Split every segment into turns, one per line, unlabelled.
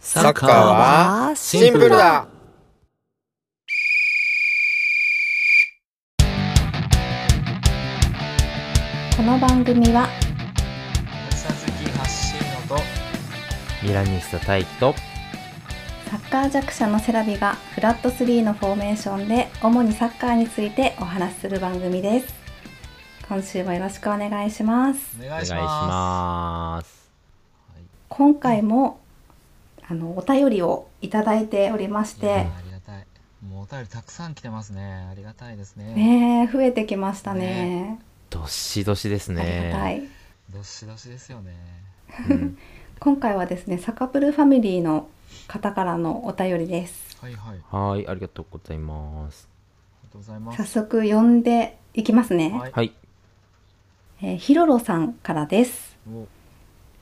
サッカーはシンプルだ
この番組は
さずき発信のと
ミラニスト大輝と
サッカー弱者のセラビがフラット3のフォーメーションで主にサッカーについてお話しする番組です今週もよろしくお願いします
お
お
願
願
い
い
し
し
ま
ます。
今回もあのお便りをいただいておりまし
すいや
て
ーありがたいもうお便りたくさん来てますねありがたいですね
ねえ増えてきましたね
どしどしです
ありがた
ね。
い
どしどしですよね
うん
今回はですねサカプルファミリーの方からのお便りです
はいはいありが
はい、ありがとうございます。
とうございま
早
す
速読んでいきますね、
はい
はい、
えーひろろさんからです
お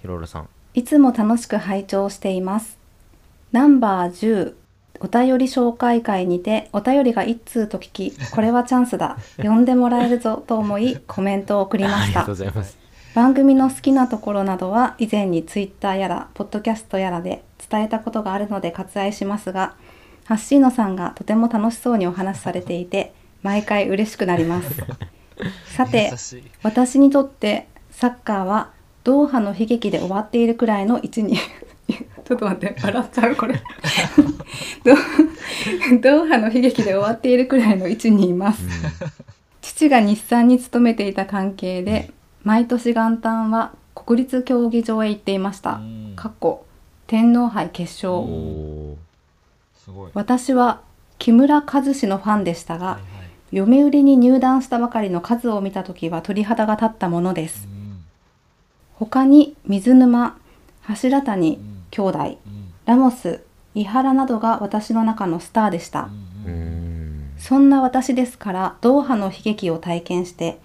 ヒロロさん。
いつも楽しく拝聴しています。ナンバー10お便り紹介会にてお便りが一通と聞き、これはチャン スだ、呼んでもらえるぞと思いコメントを送りま
あ
し
りが
た
とうご。ざいます。
番組の好きなところなどは以前にツイッターやらポッドキャストやらで伝えたことがあるので割愛しますが、ハッシーノさんがとても楽しそうにお話しされていて、毎回嬉しくな ります。さて
優、しい
私にとってサッカーはドーハの悲劇で終わっているくらいの位置に ちょっと待って笑っちゃうこれ ド ドーハの悲劇で終わっているくらいの位置にいます父が日産に勤めていた関係で毎年元旦は国立競技場へ行っていまし
う
た
ん
過去天皇杯決
うん
勝
おー
すごいは
私は木村和志のファンでした
い
が
はい
読売に入団したばかりの数を見た時は鳥肌が立ったものです
うん
他に水沼柱
う
谷
ん
兄弟
うん
ラモス伊原などが私の中のスターでした
う
うー
ん
ん。
そんな私ですからドーハの悲劇を体験して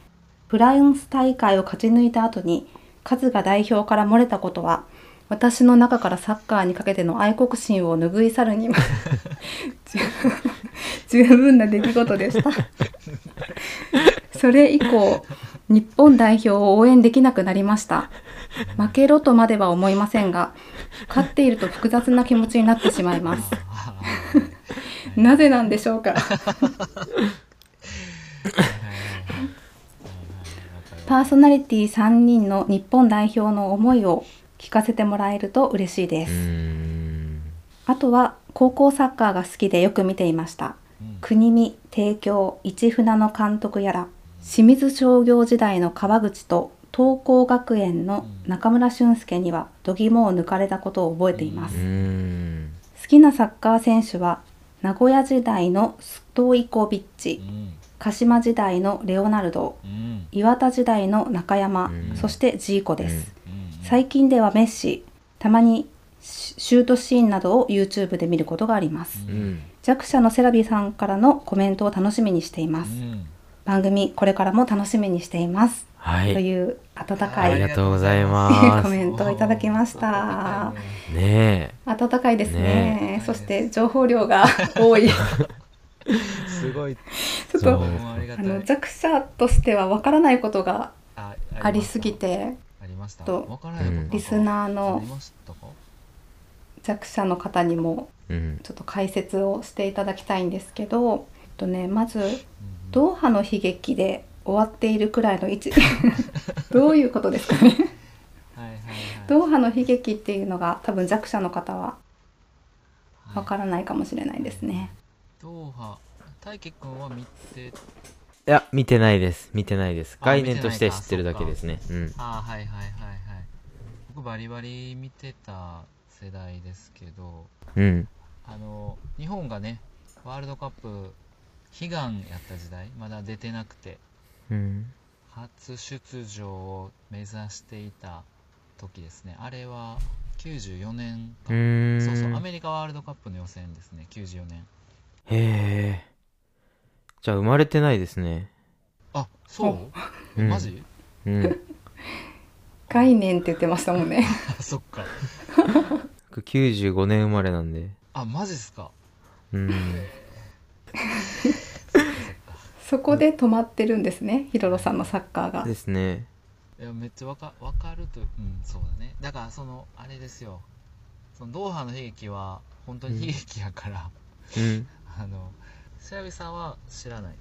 フランス大会を勝ち抜いた後にカズが代表から漏れたことは私の中からサッカーにかけての愛国心を拭い去るには十分な出来事でしたそれ以降日本代表を応援できなくなりました 負けろとまでは思いませんが勝っていると複雑な気持ちになってしまいます
あ
なぜなんでしょうかパーソナリティ3人の日本代表の思いを聞かせてもらえると嬉しいで
うー
す、
ん。
あとは高校サッカーが好きでよく見ていました
うん
国見帝京市船の監督やら清水商業時代の川口と東光学園の中村俊輔には度肝を抜かれたことを覚えていま
う
す、
ーん。
好きなサッカー選手は名古屋時代のストイコビッチ
うん
鹿島時代のレオナルド
うん
岩田時代の中山、
うん
そしてジーコです、
うん
最近ではメッシたまにシシュートシーンなどを YouTube で見ることがあります、
う
うん。
弱者のセラビさんからのコメントを楽しみにしています、
うん
番組これからも楽しみにしています、
は
と
い。
いう温か
あ
い
り
い
がとうござい
い
ま
コ
す。
メントをいただきました
ね
温かいですね
ね
そして情報量が多 いち
すごい
ょっ
そ
と
う
ありが
あ
たい
の弱者としてはわからないことが
あ
ありすぎて
ありました
と
わからないこと
うん
リスナーの
ありましたか
弱者の方にも
え。うん。
ちょっと解説をしていただきたいんですけど、えっとね、まずドーハの悲劇で終わっているくらいの位 置どういうことですかね
はいはいはい
ドーハの悲劇っていうのが多分弱者の方はわからないかもしれないですね。
ドーハ大輝くんは見て
いや、見てないです。見てないです。
あ
概念として
見てない
知
か
ってるだけですね。うん。
ああはいはいはいはい僕バリバリ見てた世代ですけど
うん。
あの日本がねワールドカップ悲願やった時代まだ出てなくて
うん。
初出場を目指していた時ですねあれは94年
う
か
ーん。
そうそうアメリカワールドカップの予選ですね94年
へえ。じゃあ生まれてないですね。
あそう、
うん
マジ
うん。
概念って言ってましたもんね。
あそっか
僕95年生まれなんで。
あマジっすか
うん。
そこで止まってるんですね、ヒロロさんのサッカーが。
ですね。
いやめっちゃわかわかるとうんそうだねだからそのあれですよそそのドーハの悲劇は本当に悲劇やから、
うん。
あの白木さんは知らない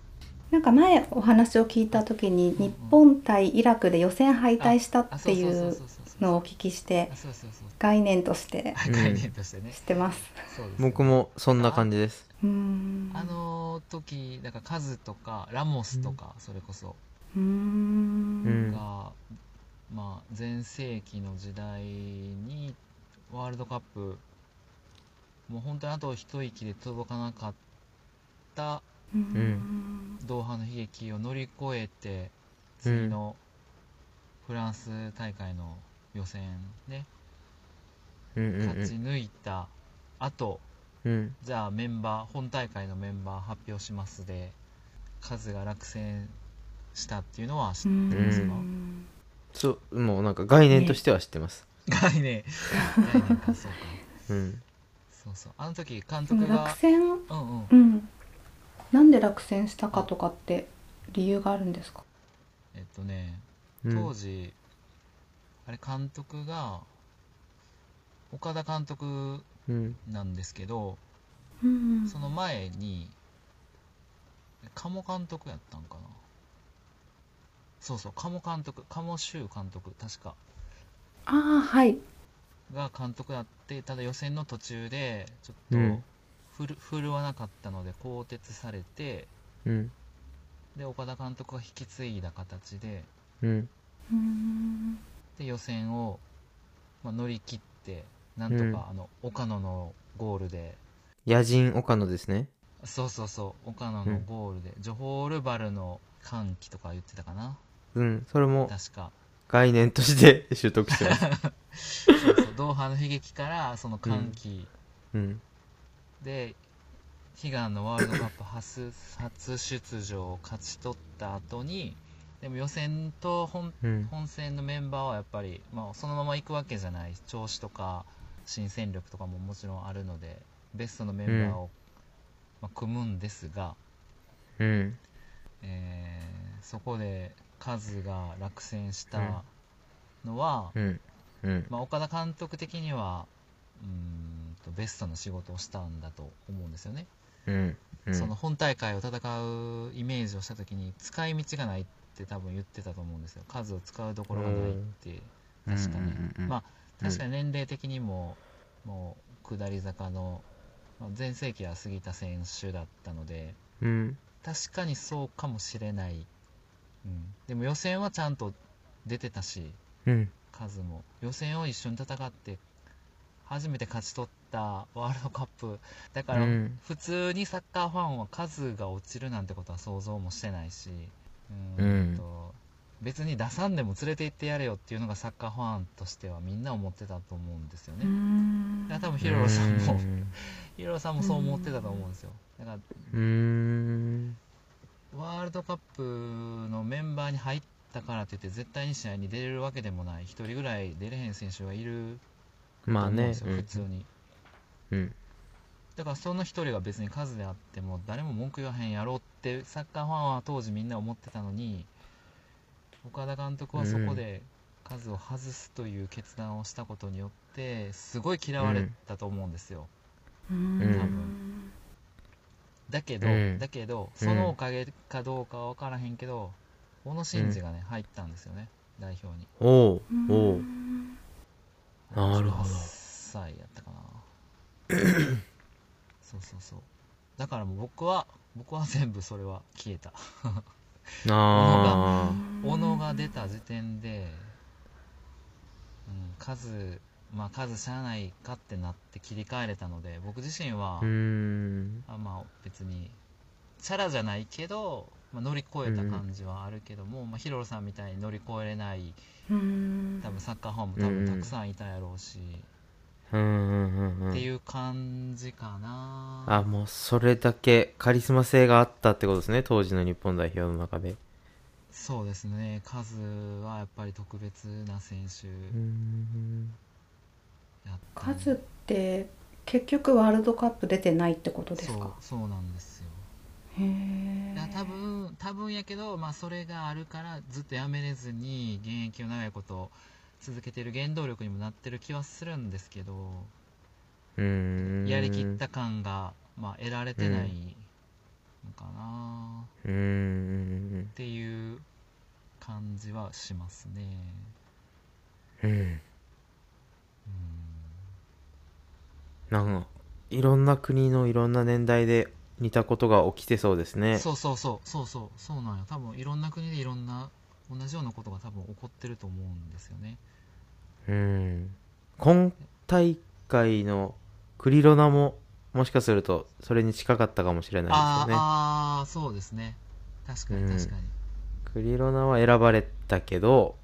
なんか前お話を聞いた時に日本対イラクで予選敗退した
あ
って
そう
い
そうそう
う
そうそうそう
のをお聞きして
あそうそうそう
概念として
うん
概念としてね
知ってます。
そうですね
僕もそんな感じです。
うーん。
あの時なんかカズとかラモスとか、それこそう
ー
うん
ん。
が、まあ、前世紀の時代にワールドカップもう本当にあと一息で届かなかった
うー
ん
ん。
ドーハの悲劇を乗り越えて次のフランス大会の予選ね、
うんうん
勝ち抜いた
う
後
ん。うん。
じゃあメンバー本大会のメンバー発表しますでカズが落選したっていうのは 知っ
う
て
ん
ますか、
う
う
そう、もうなんか概念としては知ってます。
概念概念かそうか
うん。
そうそうあの時監
ん。
督
落
が
選、
うんうん
うん。なんで落選したかとかって理由があるんですか。
えっとね
うん
当時、あれ監督が岡田監督
うん。
なんですけど
うん
その前に鴨監督やったんかなそうそう鴨監督鴨修監督確か
ああはい。
が監督やってただ予選の途中でちょっと
うん
ふる、振るわなかったので更迭されて
うん。
で岡田監督が引き継いだ形で
うん。
うーん。
で予選を、まあ、乗り切ってなんとか、
うん
あの岡野のゴールで
野人岡野ですね。
そうそうそう岡野のゴールで、ジョホールバルの歓喜とか言ってたかな
うん。それも
確か
概念として 習得してます。
そうそうドーハの悲劇からその歓喜
うん。
で、悲願のワールドカップ初初出場を勝ち取った後にでも予選と本
うん。
本戦のメンバーはやっぱり、まあ、そのまま行くわけじゃない調子とか新戦力とかももちろんあるのでベストのメンバーを、まあ、組むんですが、
うん。
えーそこでカズが落選したのは、
うん。うん。
まあ、岡田監督的にはうーんとベストの仕事をしたんだと思うんですよね。
うん。うん
その本大会を戦うイメージをした時に使い道がないって多分言ってたと思うんですよ数を使うところがないって
うん
確かに、
うんうんうん
まあ確かに年齢的にも、もう下り坂のまあ全盛期は過ぎた選手だったので
うん。
確かにそうかもしれない、うん、でも予選はちゃんと出てたし
うん。
数も予選を一緒に戦って初めて勝ち取ったワールドカップだから
うん
普通にサッカーファンは数が落ちるなんてことは想像もしてないしう
うん
ーんと別に出さんでも連れて行ってやれよっていうのがサッカーファンとしてはみんな思ってたと思うんですよ
うー
ね
ん
だから多分ヒロロさんも
うん
ヒロロさんもそう思ってたと思うんですよだから
うん。
ワールドカップのメンバーに入ったからって言って絶対に試合に出れるわけでもない一人ぐらい出れへん選手がいる
まあ
と思うん
ね
です。よ
うん
普通に
うん。
だからその一人が別に数であっても誰も文句言わへんやろうってサッカーファンは当時みんな思ってたのに岡田監督はそこで数を外すという決断をしたことによってすごい嫌われたと思うんですよ、
うー
多
ん
だけど、
うん
だけどそのおかげかどうかは分からへんけど小野伸二がね入ったんですよね代表に
おう
うーん
おうなるほど
18歳やったかな そうそうそうだからもう僕は僕は全部それは消えた
あ
小野が出た時点で、うん、数まあ数しゃあないかってなって切り替えれたので僕自身は、
あ。うん。
あまあ別にチャラじゃないけど、まあ、乗り越えた感じはあるけども、まあ、ヒロロさんみたいに乗り越えれないう
ーん
多分サッカーファンも多
うん
分たくさんいたやろうし、
うんうんうんうん
っていう感じかな
あもうそれだけカリスマ性があったってことですね当時の日本代表の中で
そうですね数はやっぱり特別な選手
うん
やった
カズって結局ワールドカップ出てないってことです
そう
か。
そうなんですよ
へえ
いや多分多分やけど、まあ、それがあるからずっとやめれずに現役を長いこと続けてる原動力にもなってる気はするんですけど
うーん
やりきった感が、まあ、得られてな
う
いのかな
うーん
っていう感じはしますね。
うん
うん
なんかいろんな国のいろんな年代で似たことが起きてそうですね
そうそうそうそうそうそうなんよ多分いろんな国でいろんな同じようなことが多分起こってると思うんですよね
うん今大会のクリロナももしかするとそれに近かったかもしれない
あ
ですよね
ーあーそうですね確かに
うん
確かに、
クリロナは選ばれたけど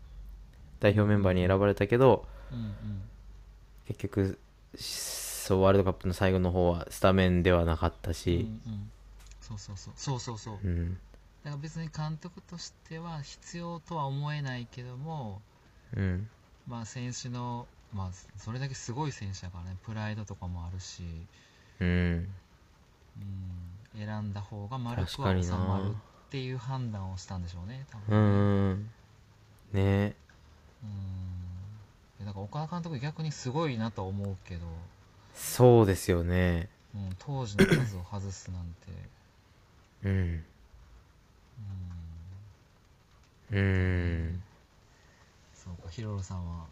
代表メンバーに選ばれたけど
うん、うん
結局そうワールドカップの最後の方はスタメンではなかった
うんう
し、
んそうそうそうそうそうそう
うん
だから別に監督としては必要とは思えないけども
うん
まあ選手のまあそれだけすごい選手だからねプライドとかもあるし、
うん
うん、選んだ方が丸く
確か
は
に
収
な
まるっていう判断をしたんでしょうね多
う
分ね
んうんね
うん。だから岡田監督逆にすごいなとは思うけど、
そうですよね
うん、当時の数を外すなんて、
うんう
うんそうかヒロロさんは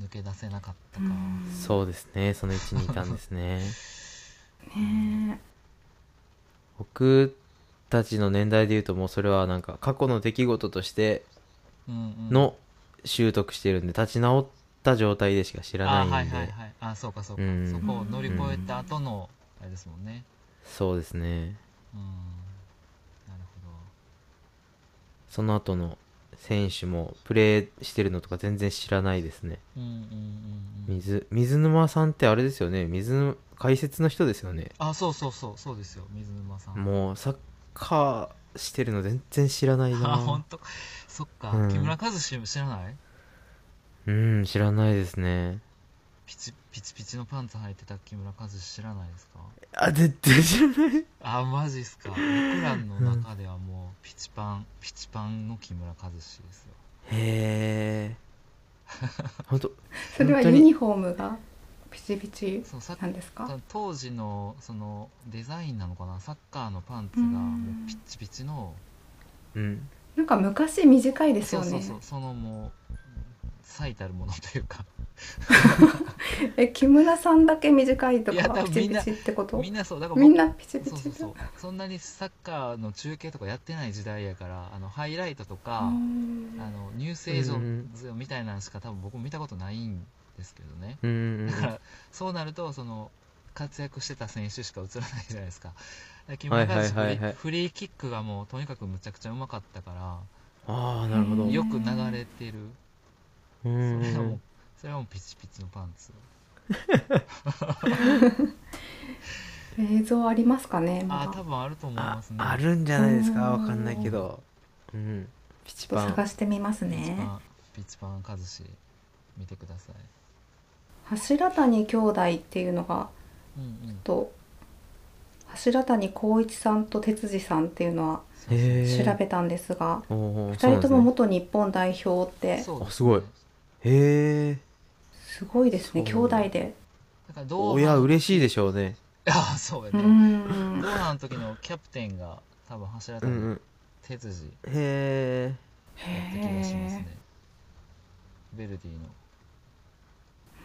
抜け出せなかったか、
そうですねその位置にいたんですね
ね
僕たちの年代でいうともうそれはなんか過去の出来事として
うんうん、
の習得してるんで立ち直った状態でしか知ら
あ
な
はい
いん
は
で、
いはいあそうかそうか、
うん
そこを乗り越えた後のあれですもんね
そうですね
うんなるほ
その後の選手もプレーしてるのとか全然知らないですね
どうんうんうんうん
水水沼さんってあれですよね水沼解説の人ですよね
あそうそうそうそうですよ水沼さん
もうサッカーしてるの全然知らない
あ本
な
当そっか、
うん
木村和志知らない
うん知らないですね
ピチピチピチのパンツ履いてた木村和志知らないですか
あ絶対知らない
あマジっすか 僕らの中ではもうピチパンピチパンの木村和志ですよ
へえ 本当
それは
本当
ユ
に
ニフォームがピチピチ
そうさ
なんですか
当時のそのデザインなのかなサッカーのパンツが
うん
もうピッチピチの
うん
なんか昔短いです
そ
よ
う
ね
そうそうそのもう最たるものというか
え木村さんだけ短いと
いや多
か
分
ピチ
みん
ピ
な
チってこと
みんなそうだから
みん
僕
なピチピ
そう
チ
そうそうそんなにサッカーの中継とかやってない時代やからあのハイライトと
あ
か、
ー
あのニュース映像
うん
みたいなのしか多分僕も見たことないんですけどね、
うんうん
だからそうなるとその活躍してた選手しか映らないじゃないですかだから木
は
村
いはい
和志
はいはい
フリーフリーキックがもうとにかくむちゃくちゃうまかったか
ああなるほど
うん
らよく流れてる
う
そ
ん
れはもうそれはもうピチピチのパンツ
映像ありますかねま
あ
だ
あ多分あると思い
あ
ますね
あるんじゃないですかわかんないけどうんピチ
ちょっ
パ
と
ン
探してみます
ピチパ
ね
ンピチパン和志見てください
柱谷兄弟っていうのが
うんうん
と柱谷光一さんと哲司さんっていうのは
へえ
調べたんですが、
おー
二2人と
そ
も
う
元日本代表って
そうでね
あすごいなんですねへえ
すごいですね兄
そう
弟で
だからどう
親嬉しいでしょうね
ああそうや
う
ね、
ん
ドーハの時のキャプテンが多分柱
う
谷
んうん
哲司
へえ
だった気がします
へ
ね。ベルディの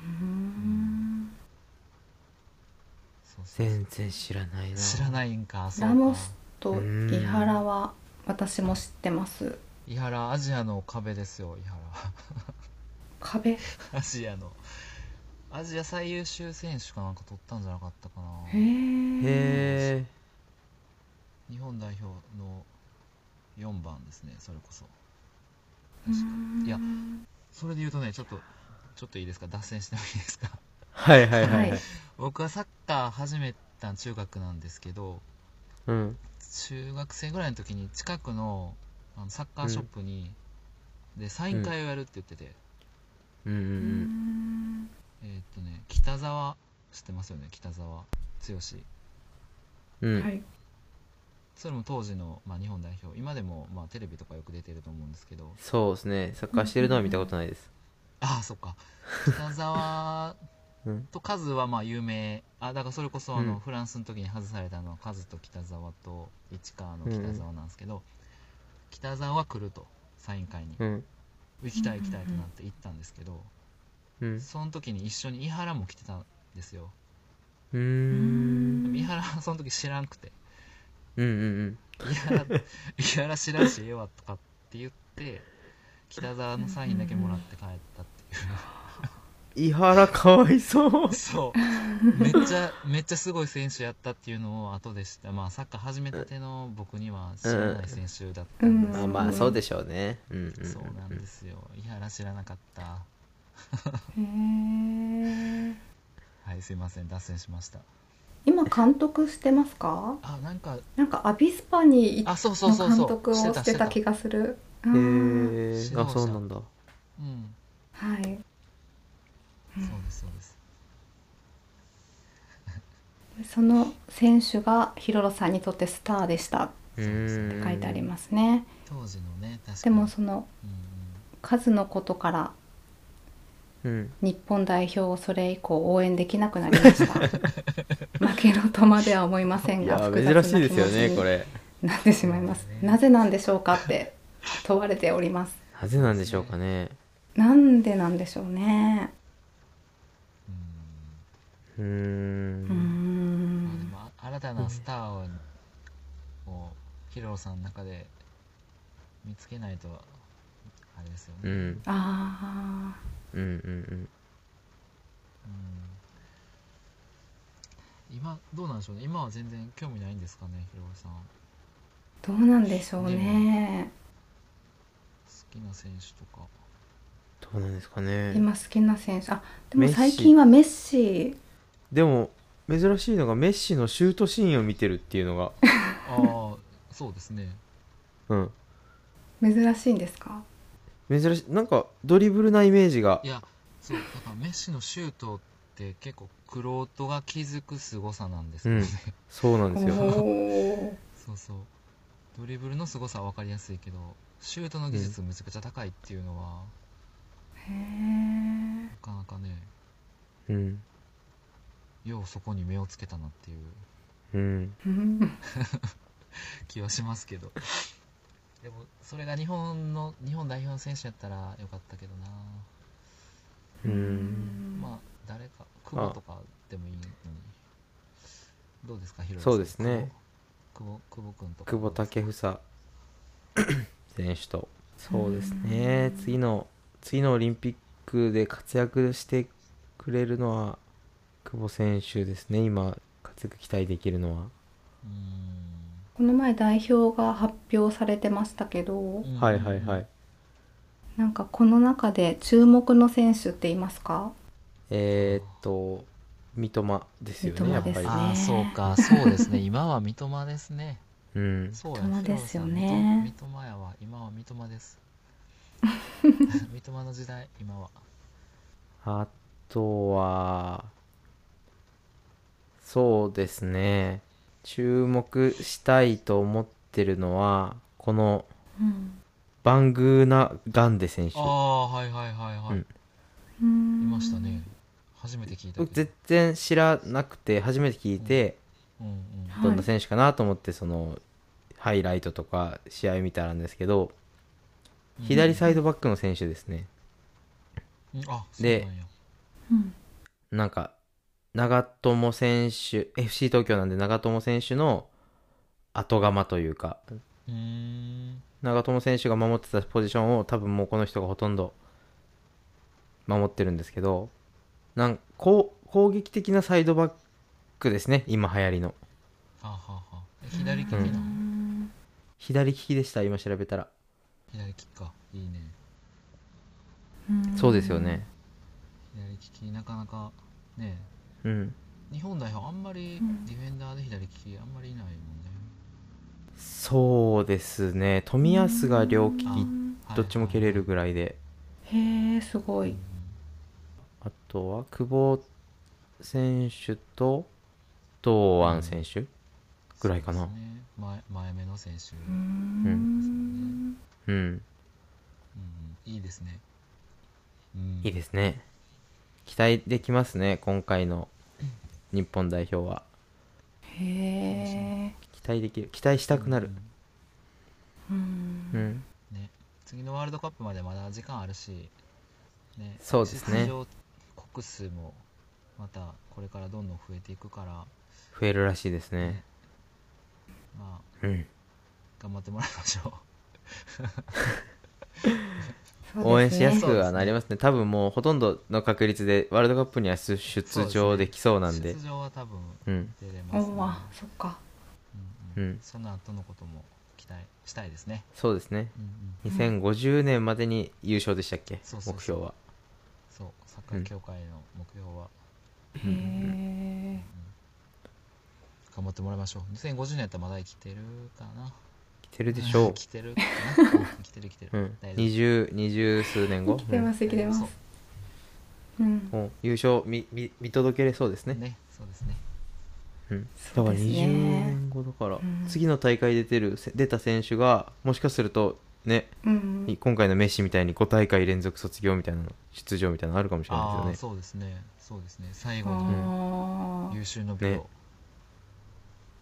ーうん
そうそうそう
全然知らないな
知らないんか、そう
ラモ
か。
スと伊原は私も知ってます
伊原アジアの壁ですよ、伊原。
壁
アジアのアジア最優秀選手かなんか取ったんじゃなかったかな。
へえ
へえ
日本代表の4番ですね、それこそ。確かいや、それで言うとね、ちょっとちょっといいですか、脱線してもいいですか。
はいはいは
はい
はいい
僕はサッカー始めた中学なんですけど、
うん
中学生ぐらいの時に近くのあのサッカーショップに、でサイン会をやるって言ってて、
うんうんうん
えーっとね北沢知ってますよね北沢剛
うん
はい
それも当時の、まあ、日本代表今でも、まあ、テレビとかよく出てると思うんですけど
そうですねサッカーしてるのは見たことないです
ああそっか北沢
うん
とカズはまあ有名あだからそれこそあの、
うん
フランスの時に外されたのはカズと北沢と市川の北沢なんですけど、北沢は来るとサイン会に、
うん
行きたい行きたいってなって行ったんですけど、
うん
その時に一緒に井原も来てたんですよ
う
うん
でも井
ん
原 はその時知らんくて
うんうん
井原 井原知らんしええわとかって言って北沢のサインだけもらって帰ったっていう
伊原かわいそう
そうめっちゃめっちゃすごい選手やったっていうのを後でしたまあサッカー始めたての僕には知らない選手だったんです
あ
けど、
まあそうでしょうねうんうん
そうなんですよ井原知らなかった
へー
はいすいません脱線しました
今監督してますか
あなんか
なんかアビスパに行っ
あそうそう
の
そうそ
監
う
督をしてた気がするあ
へ
ー
えあそうなんだ
うん
はい
そうですそうです
その選手がヒロロさんにとってスターでしたっ
う
て
ん
書いてありますね
当時のね確かに
でもその
うん
カズのことから
うん
日本代表をそれ以降応援できなくなりました負けろとまでは思いません
い
が
や
複雑な
珍しい
気持ち
ですよね
に
これ
なってしまいますなぜなんでしょうかって問われております
なぜなんでしょうかね
なんでなんでしょうね
うん
うー
うー
ん
ま
ん
あでもあ新たなスターををヒロさんの中で見つけないとあれですよね
うんうん
あ
うんうん
うん今どうなんでしょうね今は全然興味ないんですかねひろさん好
ーどうなんでしょうね
きな選手とか
どうなんですかね
今好きな選手あでも
メッシ
最近はメッシ
でも珍しいのがメッシのシュートシーンを見てるっていうの が
ああそうですね
うん
珍しいんですか
珍しいなんかドリブルなイメージが
いやそうだからメッシのシュートって結構クロートが気づく凄さなんですよね、
うんそうなんで
お
すよ
ー
そうそうドリブルの凄さは分かりやすいけどシュートの技術めちゃくちゃ高いっていうのは、
へー
なかなかね
うん
ようそこに目をつけたなっていう
うん
うん
気はしますけ どでもそれが日本の日本代表の選手やったらよかったけどな、
うん
まあ誰か久保とかでもいいのにどうですかヒロ
そうですね
久保久保君とか
久保建 英選手とそうですね次の次のオリンピックで活躍してくれるのは久保選手ですね今活躍期待できるのは、
うー
この前代表が発表されてましたけど
ん
はいはいはい
なんかこの中で注目の選手っていますか
えー、っと三笘ですよねや
三
っ
笘で
ぱ
す
り
ね
ああそうかそうですね今は三笘ですね
うん
そうや
三笘ですよね
ヒロさん三笘三笘やわ今は三笘です 三笘の時代今は
あとは、そうですね。注目したいと思ってるのは、この
うん
バングーナ・ガンデ選手
あ。あはいはいはいは
う
い、
ん
う
い
ん
ましたね初めて聞いたけ
僕
ど
全然知らなくて、初めて聞いて、
うんうん
はい
どんな選手かなと思って、その、ハイライトとか試合見たらんですけど、左サイドバックの選手ですね。
うんあそうなん
で
や
うん
なんか、長友選手、FC 東京なんで長友選手の後釜というか、
うーん
長友選手が守ってたポジションを多分もうこの人がほとんど守ってるんですけどなんこう攻撃的なサイドバックですね今流行りの
はあはあはあえ左利きな、
う
うん
左利きでした今調べたら
左利きかいいね
そうですよね
左利きなかなかね
うん
日本代表あんまり
うん
ディフェンダーで左利きあんまりいないもんね、
そうですね冨安が両利き
うん
はい
どっちも蹴れるぐらいで
へえすご
はい
い
あとは久保選手と堂安選手ぐらいかな
そうですね前前目の選手、
う
うん
ん
うん
うんいいですね、うん
いいですね期待できますね今回の日本代表は
へえ。
期待できる期待したくなる
う
うん
ん。
ね、次のワールドカップまでまだ時間あるし、ね、
そうですね
出場国数もまたこれからどんどん増えていくから、
増えるらしいですね
まあ、
うん
頑張ってもらいましょう。
そうですね
応援しやすくはなりますね多分もうほとんどの確率でワールドカップには出出場できそうなんで
出場は多分
うん
出れ
お
ますね、
お、あそっか。
うんうん
うん
その後のことも期待したいですね。
そうですね
うんうん、
2050年までに優勝でしたっけ
そうそうそう
目標は
そう、サッカー協会の目標は、
へえ。
頑張ってもらいましょう。2050年やったらまだ生きてるかな。
来てるでしょ
生きてるかな。うん生きてる生きてる。
う、うん、
大丈夫
20, 20数年後
生きてます生きてます
大丈
う
夫。
ん。
うんもう優勝見見見届けれそうです
そう
ね
ね、そうですね。
うん、だ
そ
から
うですね
20年後だから、
ん
次の大会出てるせ出た選手がもしかするとね、
うん。
今回のメッシみたいに5大会連続卒業みたいなの出場みたいなのあるかもしれ
あ
ない
あー
ですよね
そうですねそうですね最後に
あ
優秀の美を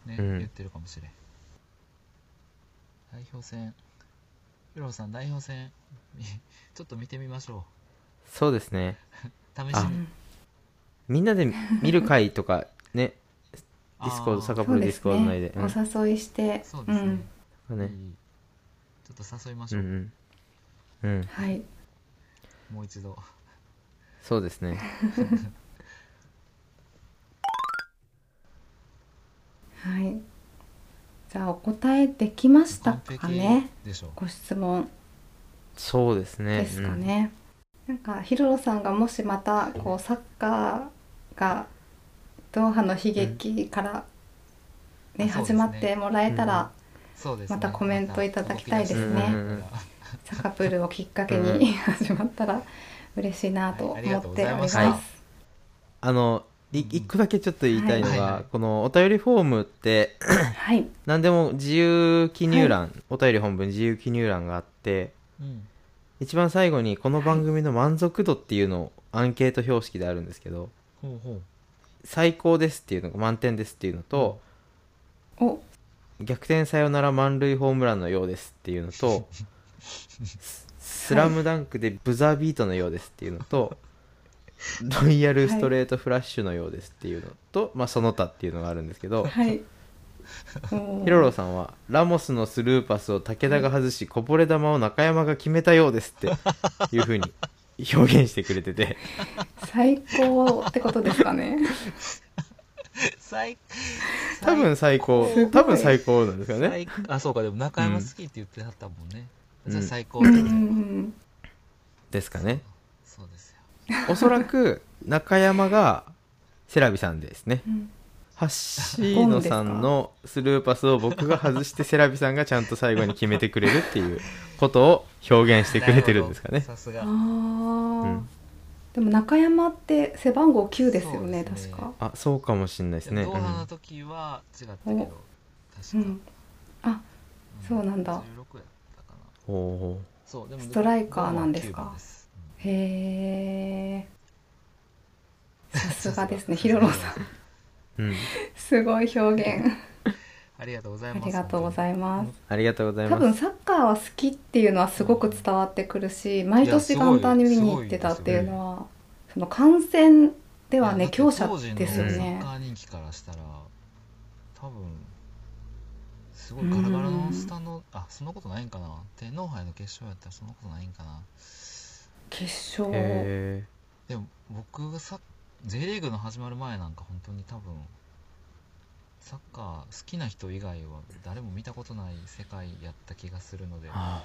ね
うん
言ってるかもしれん代表戦ヒロさん代表戦 みちょっと見てみましょ
そうですね
う試し
あ
に
みんなで見る会とか ねディスコード
あー
サッカー
あ。そ
プ
う
ロデ
で
ィス
す
コード内で
ね。
うん
お誘いして。
そうですね,いい、
ん
ね
ちょっと誘いまし
う
ょう、
んうんうん
はい。
もう一度
そうですね
はい。じゃあお答えできました
完
か
璧
ね。
でしょう
ご質問
そうですね
ですかね。なんかヒロロさんがもしまたこうサッカーがドーハの悲劇からね、
うんそうです
始
ね
まってもらえたら、
そうですね
またコメントいただきたいですね
また動き出してもらえたら
サッカープールをきっかけ
うん
に始まったら嬉しいなと思っております。
はいありがとうございま
あのい
うん
一個だけちょっと言いたいのが、
はいはい
このお便りフォームって
はい。
何でも自由記入欄、お便り本文自由記入欄があって
うん
一番最後にこの番組の満足度っていうのをアンケート標識であるんですけど
ほうほう
最高ですっていうのが満点ですっていうのと
お、
逆転サヨナラ満塁ホームランのようですっていうのとススラムダンクでブザービートのようですっていうのとロイヤルストレートフラッシュのようですっていうのと、まあその他っていうのがあるんですけど
はい。お
ヒロロさんはラモスのスルーパスを武田が外し、こぼれ球を中山が決めたようですっていうふうに表現してくれて て
最高ってことですか ね。
最
多分最高
すごい
多分最高なんですよね
最あそうかでも中山好きって言ってはったもんね、
うん
じゃあ最高って言っ
う
て
ん。
ですかね
そうですよ
おそらく中山がセラビさんですね
うん
ハッシーノさんのスルーパスを僕が外してセラビさんがちゃんと最後に決めてくれるっていうことを表現してくれてるんですか
な
ね
ほどさす
あ
が
あ、
うん
でも中山って背番号9ですよね
そうですね
確か。
あそうかもしんないですね、
ド
う
ーハの
ん
時は違ったけど、確か、
う。
うん
あ、そうなんだ
16やったか
お
な
お
そうでも
ストライカーなんですか
ドーハは9番ですうん
へえ。さすが ですね、ヒロロさん。
ーうん
すごい表現。
ありがとうござい
あ
ます
りがとうございます。
ありがとうござい
多
ます
分サッカーは好きっていうのはすごく伝わってくるし、毎年元旦に見に行ってたっていうのは、その観戦で
で
はね、強者ですよ
当時
ね
サッ。カー人気からしたら多分すごいガラガラのスタンド、あそんなことないんかな天皇杯の決勝やったらそんなことないんかな
決勝。
へえ
でも僕がさ J リーグの始まる前なんか本当に多分サッカー好きな人以外は誰も見たことない世界やった気がするので
あ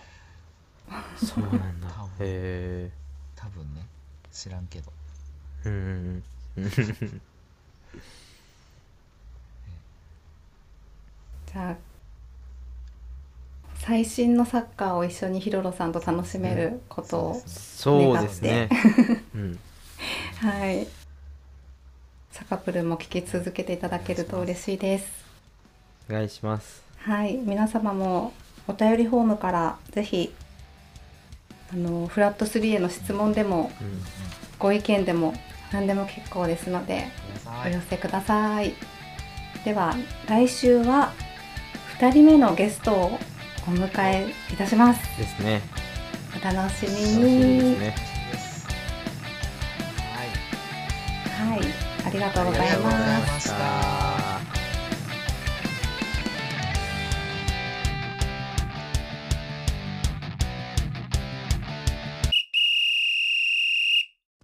あそうなんだ
多分
へ
多分ね知らんけど
えうんうんうん
じゃあ、最新のサッカーを一緒にヒロロさんと楽しめることを。
そうです
そうですねうん
はい。サカプルも聞き続けていただけると嬉しいです。
お願いします
はい、皆様もお便りフォームからぜひあのフラット3への質問でも
うん
ご意見でも何でも結構ですので
くださ
お
い
寄せください。では来週は2人目のゲストをお迎えいたします。
ですね
お楽しみ
楽しみ
に。
ですね
ですはい
はい、ありがとうご
あり
ざ
が
い
とうござ
ます
い。ました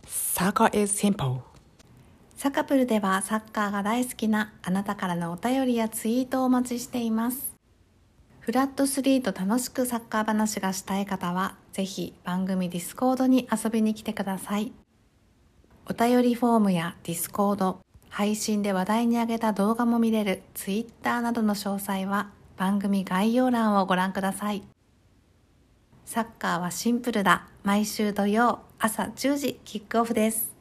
サカ is simple.
サカプルではサッカーが大好きなあなたからのお便りやツイートをお待ちしています。フラット3と楽しくサッカー話がしたい方は、ぜひ番組ディスコードに遊びに来てください。お便りフォームやディスコード、配信で話題に上げた動画も見れるツイッターなどの詳細は番組概要欄をご覧ください。サッカーはシンプルだ。毎週土曜朝10時キックオフです。